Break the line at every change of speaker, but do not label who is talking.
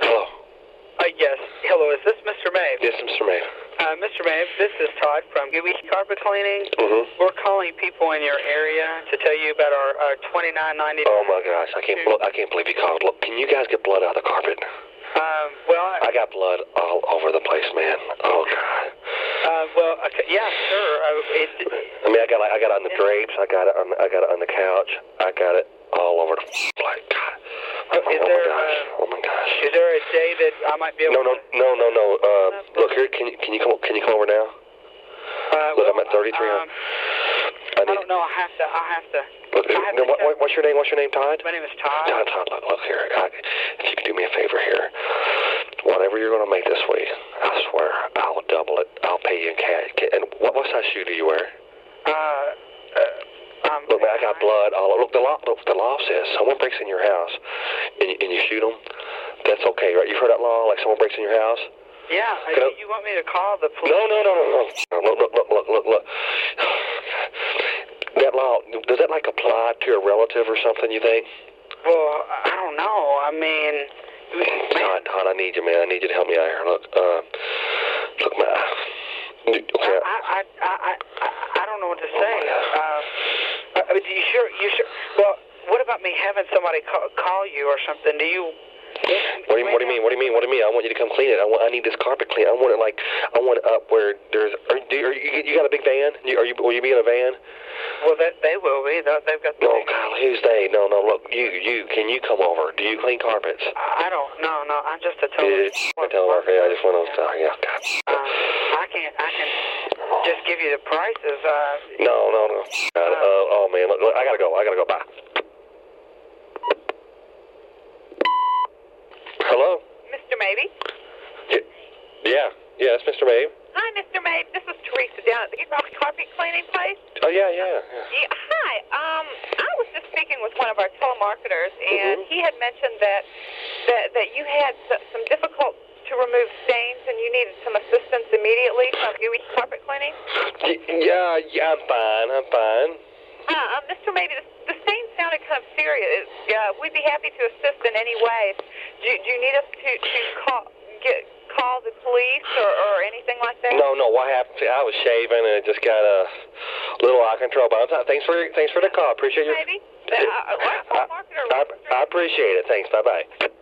Oh, Yes, Mr. May.
Uh, Mr. Mayor, this is Todd from Gooey Carpet Cleaning.
Mm-hmm.
We're calling people in your area to tell you about our uh, 2990.
Oh my gosh, I can't. bel- I can't believe you called. Look, can you guys get blood out of the carpet?
Um, well, I,
I got blood all over the place, man. Oh god.
uh, well, okay, yeah, sure. Uh, it,
I mean, I got like, I got it on the drapes. I got it on. I got it on the couch. I got it all over the like. God.
Uh,
oh
is there,
my gosh.
uh,
oh my gosh.
is there a day that I might be
No, no,
able?
no, no, no. Uh, look here. Can you can you come can you come over now?
Uh,
Look, I'm
well,
at 33. I
Um, I
need.
don't know. I have to. I have to.
Look,
I have
no,
to
what,
check.
what- what's your name? What's your name, Todd?
My name is Todd.
Todd, Todd, look, look here. I, if you could do me a favor here, whatever you're going to make this week, I swear I'll double it. I'll pay you in cash. Ca- And what, what size shoe do you wear?
Uh, uh, um,
Look, man, I got blood all over. Look, the law, look, the law says someone breaks in your house and you, and you shoot them. That's okay, right? You've heard that law, like someone breaks in your house.
Yeah. Uh,
Can I-
do you want me to call the police?
No, no, no, no, no. Look, look, look, look, look, look. That law does that like apply to a relative or something? You think?
Well, I don't know. I mean, man,
Todd, Todd, I need you, man. I need you to help me out here. Look, uh, look, man.
I,
Okay.
I, I, I, I- I don't know what to say.
God.
Uh, uh, do you sure? You sure? Well, what about me having somebody call, call you or something? Do you?
What do you, what do you mean? What do you mean? What do you mean? I want you to come clean it. I want. I need this carpet clean. I want it like. I want it up where there's. Are, do, are you, you got a big van? You, are you? Will you be in a van?
Well, that they will be. They'll- They've got. The
No, Kyle. Who's they? No, no. Look, you. You. Can you come over? Do you clean carpets?
I don't. No, no. I'm just a total.
Did I tell her? Yeah, I just went on. Yeah. God.
Uh, I can. I can just give you the prices. Uh,
No, no, no. God, uh, oh man. Look, look, I gotta go. I gotta go. Bye. Hello.
Mr. Maybe?
Y- Yeah. Yeah. It's Mr. Mabe.
Hi, Mr. Maybe. This is Teresa down at the Rock Carpet Cleaning Place.
Oh yeah. Yeah. yeah.
Yeah, hi. Um, I was just speaking with one of our telemarketers, and
Mhm.
he had mentioned that that, that you had s- some difficult to remove stains, and you needed some assistance immediately from Gooey Carpet Cleaning.
Y- Yeah, yeah, I'm fine. I'm fine.
Uh, uh, Mr. Maybe, the, the stain sounded kind of serious. Uh, we'd be happy to assist in any way. Do, do you need us to, to call get call the police or, or anything like that?
No, no. What happened? See, I was shaving and it just got a little out of control. But I'm sorry. Thanks for thanks for the call. Appreciate your.
Maybe. Uh, uh, our telemarketer
I, I appreciate it. Thanks. Bye bye.